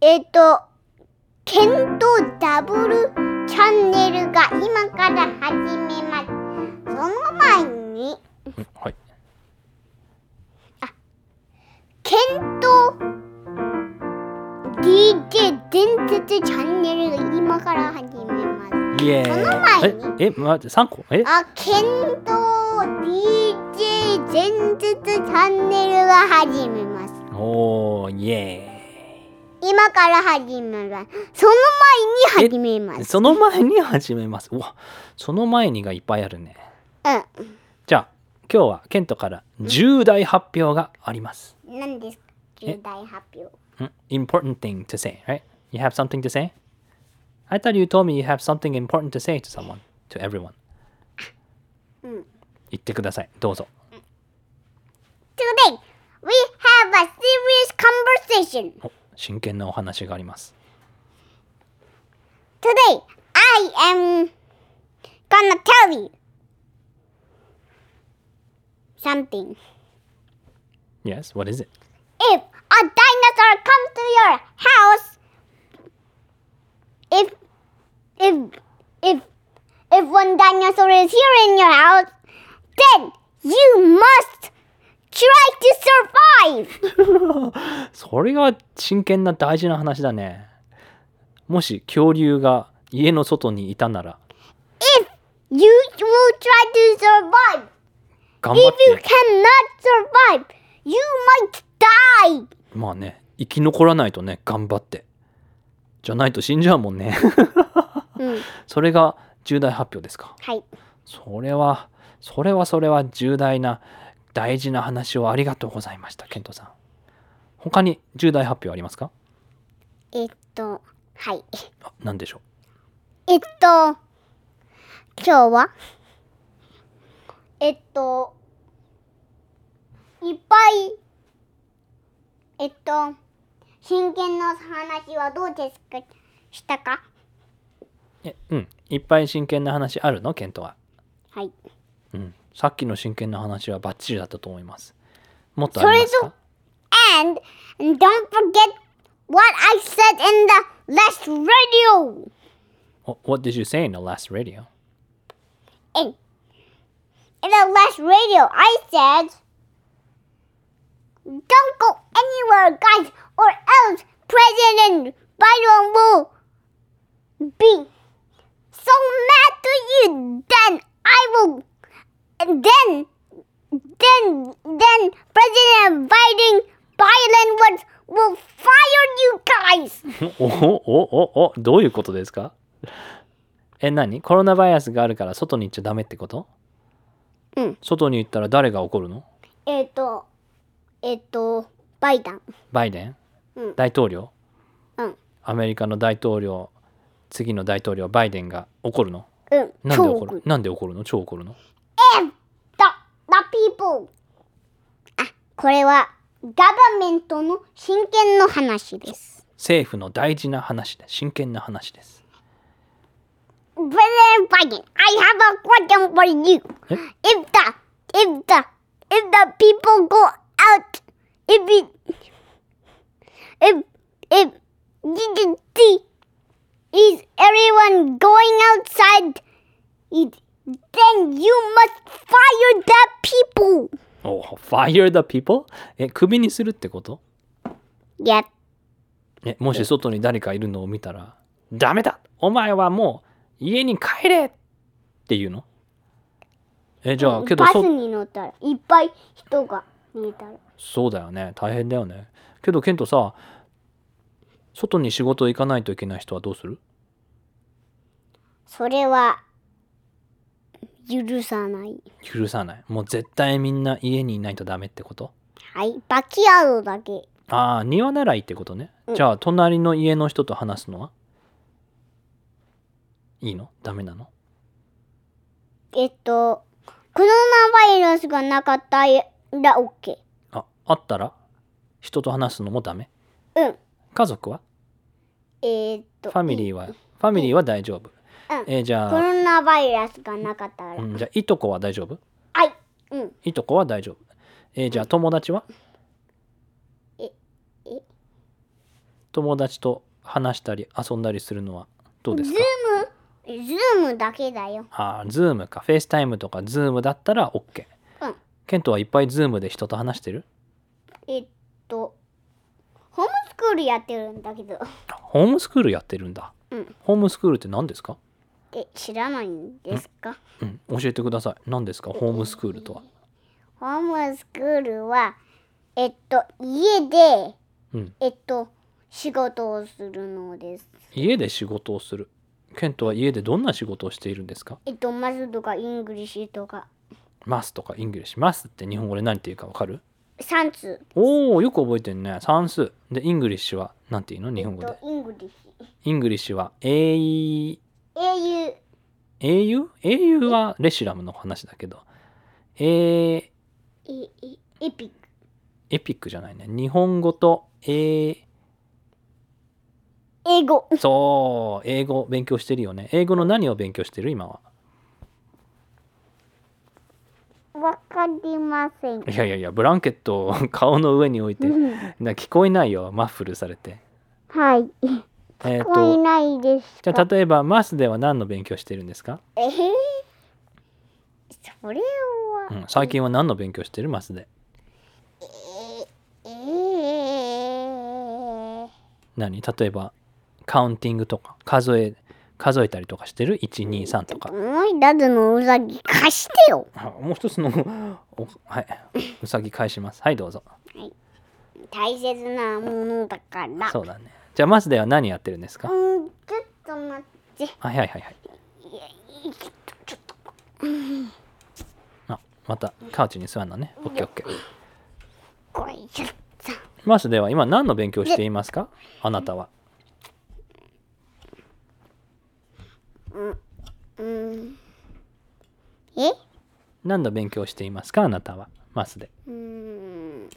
えっ、と、ケントダブルチャンネルが今から始めます。その前に、うんはい。ケント DJ 伝説チャンネルが今から始めます。イエその前にーイ。え、え、待って、三個。え、あ、ケント DJ 伝説チャンネルが始めます。おー、イエ今から始めます。その前に始めまーイ。す。その前に始めます。うわ、その前にがいっぱいあるね。じゃあ、今日はケントから重大発表があります。うん。何ですか重大発表。うん Important thing to say, right? You have something to say? I thought you told me you have something important to say to someone, to everyone. うん言ってください。どうぞ。 Today, we have a serious conversation. お真剣なお話があります。 Today, I am gonna tell you something. Yes, what is it? If a dinosaur comes to your house, if if if if one dinosaur is here in your house, then you must try to survive. それが真剣な大事な話だね。もし恐竜が家の外にいたなら If you will try to survive, 頑張っ if you cannot て survive, you might die. まあね生き残らないとね頑張ってじゃないと死んじゃうもんねうん、それが重大発表ですかはい。それはそれはそれは重大な大事な話をありがとうございましたケントさん他に重大発表ありますかえっと、はい。あ何でしょえっと、今日はえっと、いっぱい、えっと、真剣の話はどうですかしたかうえうんいっぱい真剣な話あるのケントははい。うんさっきの真剣な話はバッチリだったと思いますもっとそありれますとか、 and, and don't forget what I said in the last radio! Wh- What did you say in the last radio? In, in the last radio, I said, Don't go anywhere, guys, or else President Biden will be so mad to you. Then I will. and Then, then, then President Biden, Biden would, will fire you guys. おおおおおどういうことですかえ、何コロナウイルスがあるから外に行っちゃダメってことうん。外に行ったら誰が怒るのえっと、えっと、バイダン。バイデン、うん大統領うん。アメリカの大統領、次の大統領バイデンが怒るのうん。なんで怒超るなんで怒るの超怒るの if the the people あこれはガバメントの真剣の話です政府の大事な話で、真剣な話です。 President Biden I have a question for you え if the if the if the people go out if it, if if did you see is everyone going outside it, then you must fire the people お fire the people? え、クビにするってこと yeah ね、もし外に誰かいるのを見たら「ダメだお前はもう家に帰れ!」って言うのえじゃあけどバスそに乗ったらいっぱい人が見えたらそうだよね大変だよねけどケントさ外に仕事行かないといけない人はどうするそれは許さない許さないもう絶対みんな家にいないとダメってことはいバッキヤードだけああ庭ならいいってことね、うんじゃあ隣の家の人と話すのはいいのダメなのえっとコロナウイルスがなかったら OK ああったら人と話すのもダメうん家族はえーっとファミリーは、ファミリーは大丈夫。うんえーじコゃあ、ロナウイルスがなかったら、うん、じゃあ、いとこは大丈夫はいうんいとこは大丈夫。えーじゃあ、友達は友達と話したり遊んだりするのはどうですズかームズームだけだよ。ああ、ズームか。フェイスタイムとかズームだったら OK。うん。ケントはいっぱいズームで人と話してるえっと、ホームスクールやってるんだけど、ホームスクールやってるんだ。うんホームスクールって何ですかえ、知らないんですかうん。教えてください。何ですかホームスクールとは。ホームスクールは、えっと、家で、うん。えっと、仕事をするのです。家で仕事をする。ケントは家でどんな仕事をしているんですかえっと、マスとかイングリッシュとか、ますとかイングリッシュ。ますって日本語で何て言うかわかる算数おお、よく覚えてるね。算数。で、イングリッシュは何て言うの日本語とで。イングリッシュ。イングリッシュは英雄英雄、英雄英雄はレシュラムの話だけど。えええエピック。エピックじゃないね。日本語と英英語。そう、英語勉強してるよね。英語の何を勉強してる今は。わかりません。 いやいやいや、ブランケットを顔の上に置いて、うんな聞こえないよ、マッフルされて。はい。えっ、聞こえと、ないですじかゃあ例えばマスでは何の勉強してるんですか、えー、それは、うん、最近は何の勉強してるマスで。えー、何例えば、カウンティングとか、数え、数えたりとかしてる ?1、2、3とか。思い出すのうさぎ貸してよ。あもう一つの、おはい、うさぎ返します。はい、どうぞ。大切なものだから。そうだね。じゃあマスでは何やってるんですか、うん、ちょっと待って。はいはいはいはい。いやいいちょっとちょっとあ、またカウチに座るのね。オッケーオッケー。これちょっと。マスでは今何の勉強をしていますかあなたは。うん。え？何の勉強をしていますかあなたは。マスで。うーん。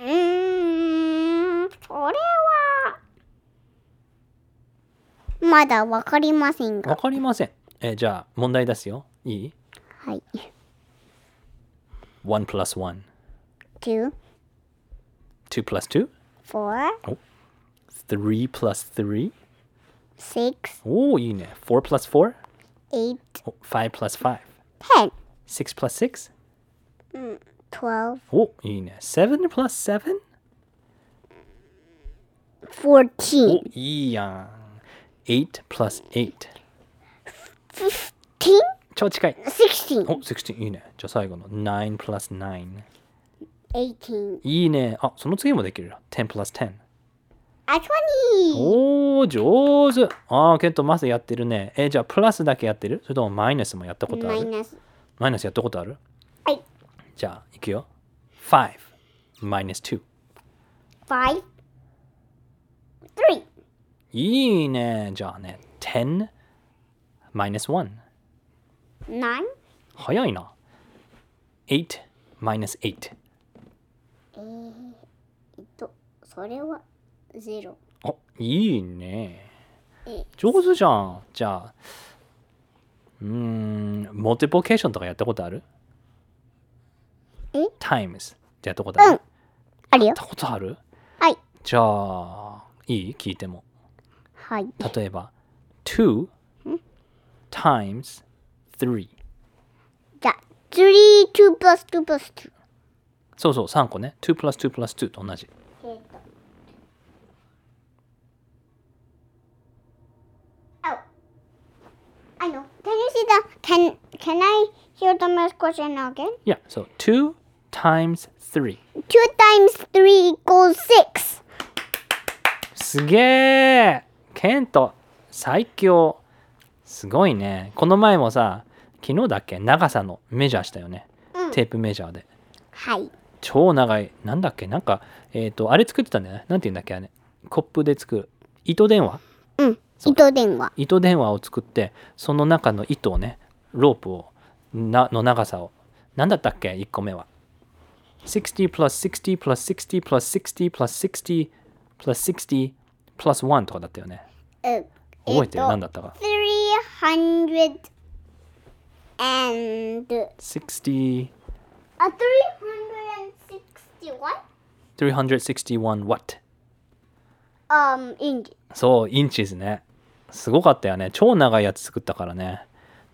うーん。それはまだわかりませんわが。かりません。えーじゃあ問題出すよ。いいはい。 ?1 plus 1。 two, 2 plus four, 2?3 plus 3? six, おお、いいね。4 plus 4?5 eight, plus 5?6 ten, plus 6? twelve, おいいね。7 plus 7? お fourteen, いいやん。8 plus 8? fifteen, 超近い。 sixteen, お16いいね。じゃあ最後の9 plus 9。 eighteen, いいね。あ、その次もできるよ。10 plus 10。あ、twenty. おー、上手。あー、ケント、マスやってるね。え、じゃあ、プラスだけやってるそれともマイナスもやったことあマイるナス。マイナスやったことあるはい。じゃあ、いくよ。5、マイナス2。 five, three, いいね。じゃあね、10、マイナス1。 nine, 早いな。8、マイナス8。えっと、それはゼロ。お、いいねえ。上手じゃん。じゃあ、うーん、モテポケーションとかやったことあるえ ?times ってやったことある、うんやっあるよ。たことあるはい。じゃあ、いい聞いても。はい。例えば、2 times 3。じゃあ、three, two plus two plus two. そうそう、3個ね。2 plus 2 plus 2と同じ。えっと。Oh. I know. Can you see the can can I hear the math question again? いや、そう。2 times 3。 Two times three equals six. すげえケント最強すごいねこの前もさ昨日だっけ長さのメジャーしたよね、うんテープメジャーではい。超長いなんだっけなんかえっ、とあれ作ってたんだよねなんて言うんだっけあれコップで作る糸電話うん。糸電話。糸電話を作ってその中の糸をねロープをなの長さを何だったっけ1個目は60 plus 60 plus 60 plus 60 plus 60 plus 60 plus 1とかだったよねえ覚えてる何だだったか ?300 and 60 a 361? 361 what? Um, inch. そう、インチですね。すごかったよね。超長いやつ作ったからね。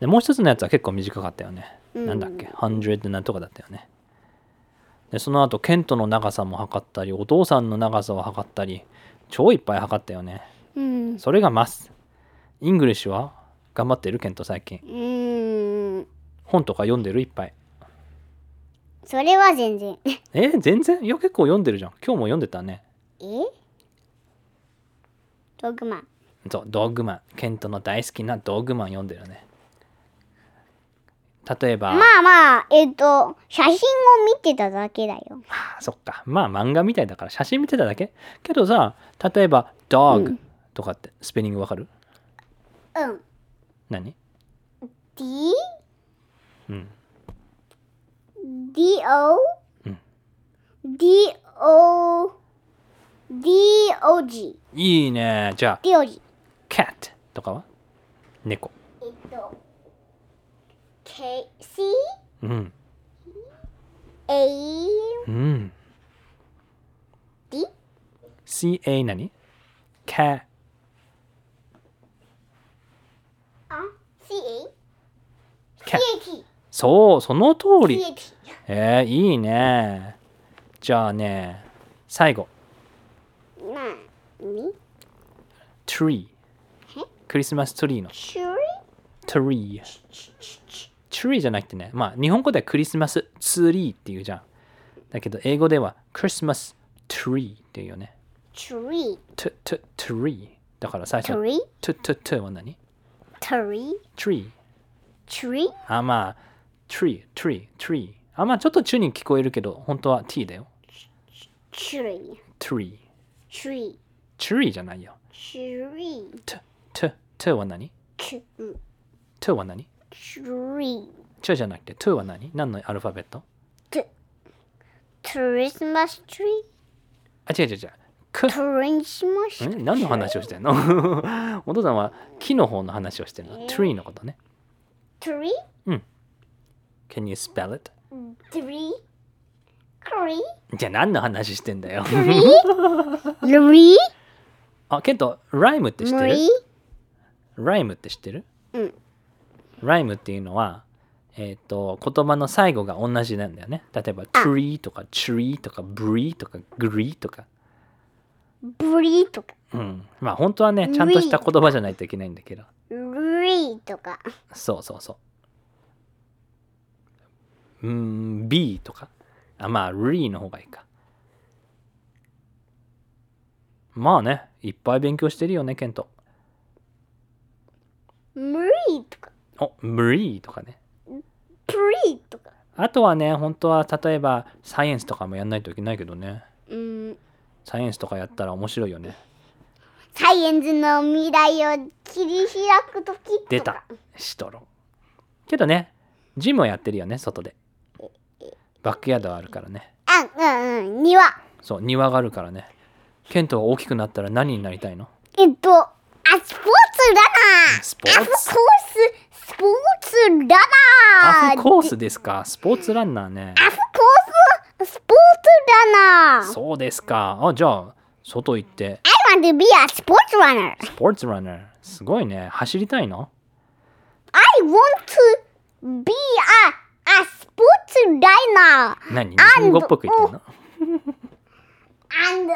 で、もう一つのやつは結構短かったよね。なんだっけ ?100 なんとかだったよね。で、その後、ケントの長さも測ったり、お父さんの長さを測ったり、超いっぱい測ったよね。うん。それがマス。イングリッシュは頑張ってるケント最近。うん。本とか読んでるいっぱい。それは全然。 ええー全然いや、結構読んでるじゃん。今日も読んでたね。ドグマン。そう、ドッグマン。ケントの大好きなドッグマン読んでるね。例えば、まあまあ、えっ、と、写真を見てただけだよ。あそっか。まあ漫画みたいだから写真見てただけけどさ、例えば dog とかってスペリングわかるうん。何 D? うん。 D O うん D O D O G いいね。じゃあ、 D O G cat とかは猫。えっと K C うん。 A うん。 D ca 何 ?cat あ C A Cat T そう、その通り。 T えー、いいね。じゃあね、最後、なに tree え。クリスマスツリーの c h r tree。tree じゃなくてね、まあ日本語ではクリスマスツリーっていうじゃん。だけど英語ではクリスマスツリーっていうよね。 tree トトトリー。だから最初、 tree トトトは何 tree ?tree。 tree あ、まあ、tree、tree、tree。あ、まあちょっとチュに聞こえるけど、本当は t だよ。 tree tree。 tree tree じゃないよ。 tree トトトは何 K- ?t は何 tree ?t じゃなくて t は何何のアルファベット Christmas tree あ、違う違う違う。く Christmas ん何の話をしてんの お父さんは木の方の話をしてるの。tree のことね。 tree Can you spell it? three three じゃあ何の話してんだよ。 three あ、ケント、ライムって知ってる three ライムって知ってるうんライムっていうのは、えっ、と、言葉の最後が同じなんだよね。例えば、tree とか tree とか bree とか gree とか。 three とかうん。まあ本当はね、ちゃんとした言葉じゃないといけないんだけど。 three とかそうそうそう。うーん、b とか。あ、まあ、re の方がいいか。まあね、いっぱい勉強してるよね、ケント。 three とかお、無理とかね。 three とかあとはね、本当は例えばサイエンスとかもやんないといけないけどね。うんサイエンスとかやったら面白いよね。サイエンスの未来を切り開くときとか出た、シトロン。けどね、ジムをやってるよね、外で。バックヤードはあるからね。あうんうん庭そう、庭があるからね。ケントが大きくなったら何になりたいのえっとあスポーツだなスポーアフコーツススポーツだなアフコースですか。スポーツランナーね。アフコーススポーツだなそうですか。あ、じゃあ、外行って、 I want to be a sports runner. スポーツランナー。すごいね。走りたいの I want to be a, a sports runner 何日本語っぽく言ってるの and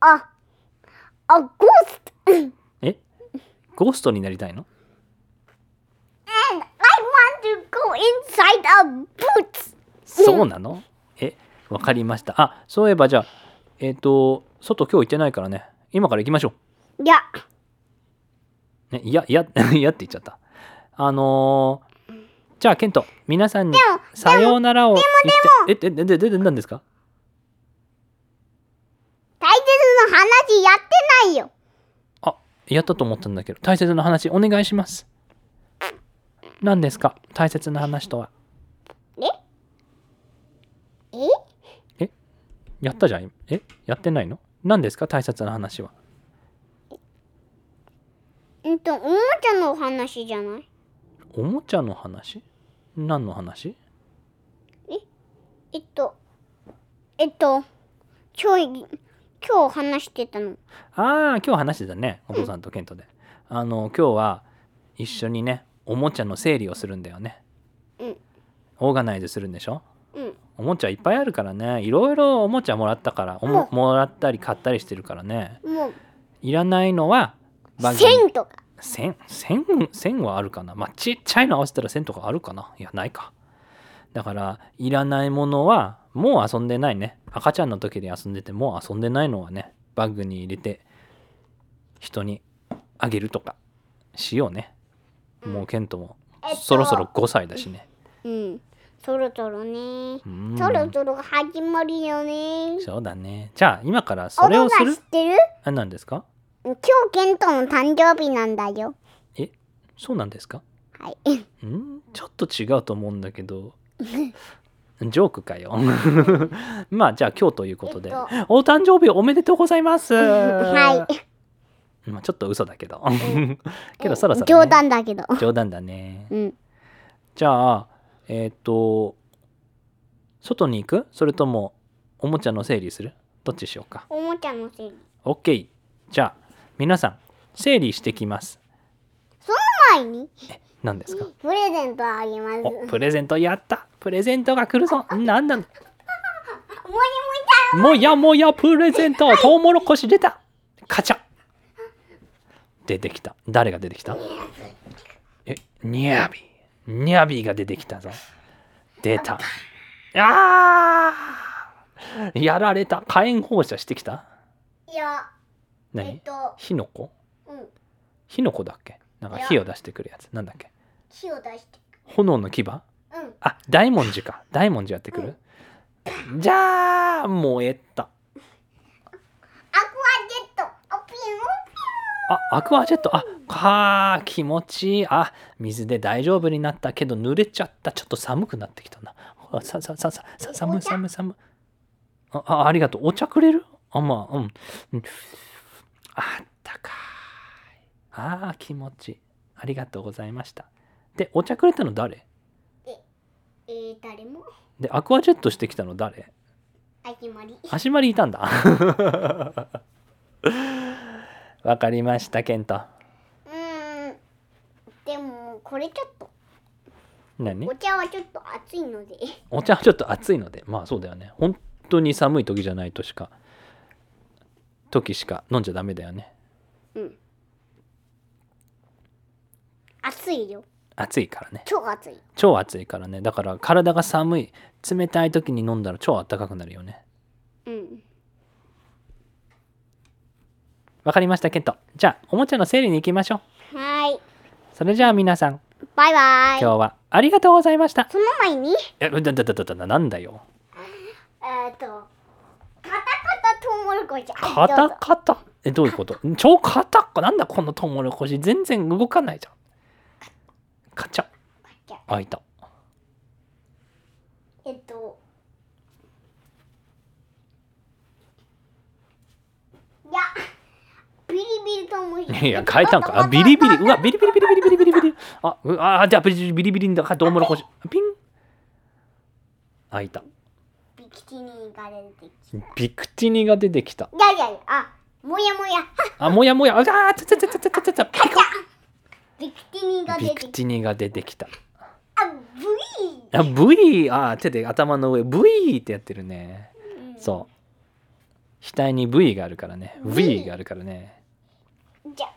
a, a, a ghost. and えゴーストになりたいの I want to go inside a boot. そうなのえ、わかりました。あ、そういえばじゃあ、えっ、と、外今日行ってないからね。今から行きましょ Yeah. う。ね、いや、い や、いやって言っちゃった。あのーじゃあ、ケント、皆さんにでもさようならを言って。え、え、え、え、え、え、何ですか大切な話やってないよ。あ、やったと思ったんだけど、大切な話お願いします。何ですか大切な話とは。えやったじゃん。え、やってないの何ですか大切な話は。えっと、おもちゃのお話じゃないおもちゃの話何の話えっと、えっと、今日、今日話してたの。ああ今日話してたねお父さんとケントで、あの今日は一緒にねおもちゃの整理をするんだよねうん、オーガナイズするんでしょうん、おもちゃいっぱいあるからねいろいろおもちゃもらったからおも,、うもらったり買ったりしてるからねもう、いらないのはバッグに線とか。 1000 1000 1000はあるかなまあちっちゃいの合わせたら1000とかあるかないやないかだからいらないものはもう遊んでないね赤ちゃんの時で遊んでてもう遊んでないのはねバッグに入れて人にあげるとかしようねもうケントもえっとそろそろ5歳だしねうん、そろそろねう。んそろそろ始まるよね。そうだねじゃあ今からそおれ父をさすんる知ってるあ何ですか今日ケントの誕生日なんだよ。えそうなんですかはい。んちょっと違うと思うんだけどジョークかよ まあじゃあ今日ということで、えっとお誕生日おめでとうございますはまあちょっと嘘だけど けどそろそろ、ね、冗談だけど。冗談だねうん。じゃあえっ、と外に行くそれともおもちゃの整理するどっちしようかおもちゃのせい。 OK じゃあ皆さん整理してきます前に何ですかプレゼントあげます。もおりもプレゼントやったプレゼントが来るぞなんだりもやもやプレゼントトウモロコシ出たカチャ出てきた誰が出てきたえニャビニャビが出てきたぞ出たあーやられた火炎放射してきたいや、えっ何と、火の粉うん、火の粉だっけなんか火を出してくるやつなんだっけ火を出して。炎の牙うん。あ大文字か大文字やってくるじゃあ燃えたアクアジェット、オピあ、アクアジェット、あ、かー、気持ちいい。あ、水で大丈夫になったけど、濡れちゃった。ちょっと寒くなってきたな。ほら、さ、さ、さ、さ、さ、寒い、寒い、寒い。あ、あありがとう。お茶くれるあ、まあ、うん。うんあったかーい。あー、気持ちいい。ありがとうございました。で、お茶くれたの誰ンえー、誰もで、アクアジェットしてきたの誰始まり。始まりいたんだ。 わかりました、ケント。うーん。でも、これちょっと、何お茶はちょっと熱いので。お茶はちょっと暑いのでまあそうだよね本当に寒い時じゃないとしか時しか飲んじゃダメだよねうん。熱いよ。暑いからね超熱い。超暑いからねだから体が寒い冷たい時に飲んだら超暖かくなるよねうん。わかりましたケントじゃあおもちゃの整理に行きましょうはい。それじゃあ皆さんバイバイ。今日はありがとうございましたその前に、えだだだだだだなんだよえー、っと、カタカタトウモロコシ。カどうタぞカタえどういうこと超カタカなんだこのトウモロコシ全然動かないじゃんカチャ開いたえっと。いや、ビリビリと思いますいや、変えたんか。あ、ビリビリ。うわ、ビリビリビリビリビリビリビリ。あ、うあ、じゃあ、ビリビリビリだから、トウモロコシ。ピン。開いた。ビキティニが出てきビクティニが出てきた。た。いやいやいや、あ、もやもや。はっあ、もやもや。あ、つつつつつつつ。ピコビキティニがビ出クてきティニが出てきた。た。あ、ブあ、V。あ、手で頭の上。V ってやってるね。イ。うんそう。額に V があるからね。V があるからね。じゃあ、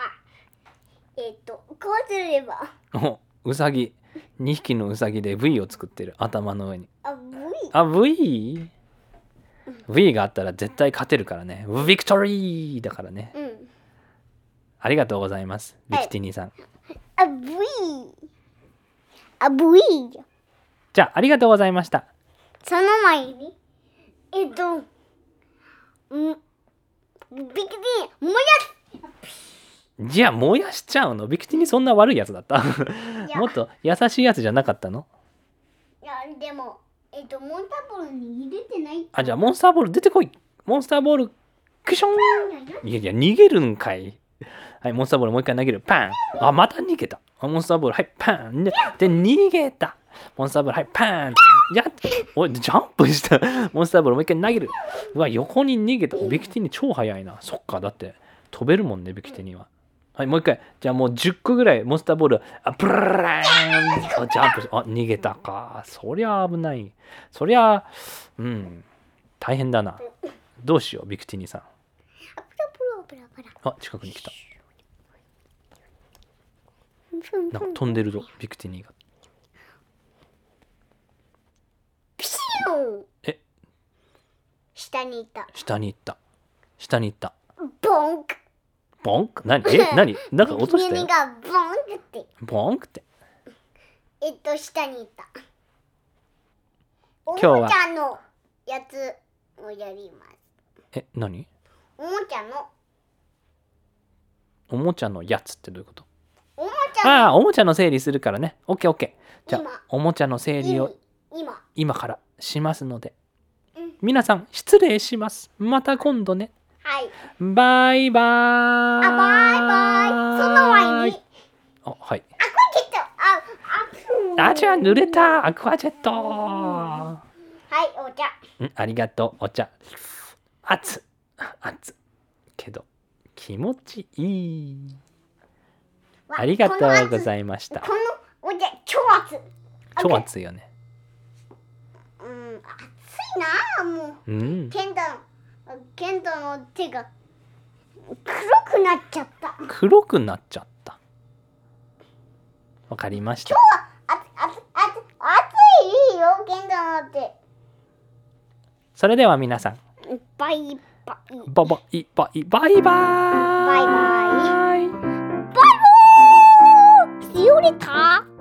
えっと、こうすれば、お、うさぎ。2匹のうさぎで V を作ってる。頭の上に。あ、ブイ。あ、V? V があったら絶対勝てるからね。ビクトリーだからね。うん。ありがとうございます。ビはいキティニーさん。あ、ブイ。あ、ブイ。じゃあ、ありがとうございました。その前に、えっと、んビキティ、もやじゃあ、燃やしちゃうのビキティニーそんな悪いやつだったや もっと優しいやつじゃなかったのいやでもえっとモンタボルに入れてないあ、じゃあ、モンスターボール出てこいモンスターボール、クションんだよいやいや、逃げるんかい。はい、モンスターボールもう一回投げる。パンあ、また逃げた。あモンスターボール、はい、パンで、で逃げた。モンスターボール、はい、パンやっおいジャンプしたモンスターボールもう一回投げるうわ横に逃げたビキティニ超速いなそっかだって飛べるもんねビキティニははいもう一回じゃあもう10個ぐらいモンスターボールあプルルルルーンあジャンプしあ逃げたかそりゃ危ないそりゃうん大変だなどうしようビキティニさんプラプラプラプラ。あ近くに来たふんふなんんか飛んでるぞビキティニがピシューえ下にいた。下に行った下に行ったボンク。ボンク何え 何なんか落とした耳よがボンクって。ボンクってえっと、下にいた。おも日ちはゃのやつをやります。え何おもちゃの。おもちゃのやつってどういうことおもちゃああおもちゃの整理するからねオッケーオッケーじゃあ今おもちゃの整理のを意味今。今からしますのでうん皆さん失礼しますまた今度ねはい。バイバーイあ、バイバイ。その前に。あはあ、これちいょっと。あ、あ、あちゃ濡れたアクアジェットはい、お茶。うん、ありがとう、お茶。熱熱けど、気持ちいい。わありがとうごいざいましたこ。のお茶、超熱い。超熱いよね。うん、熱いなあ、もう。うん。ケンタの、ケンタの手が黒くなっちゃった。黒くなっちゃった。わかりました。あつ、あつ、あつ、熱いよ、ケンタの手。それでは皆さん、バイバイ。ババイバイバイババイバーイ。 See you later.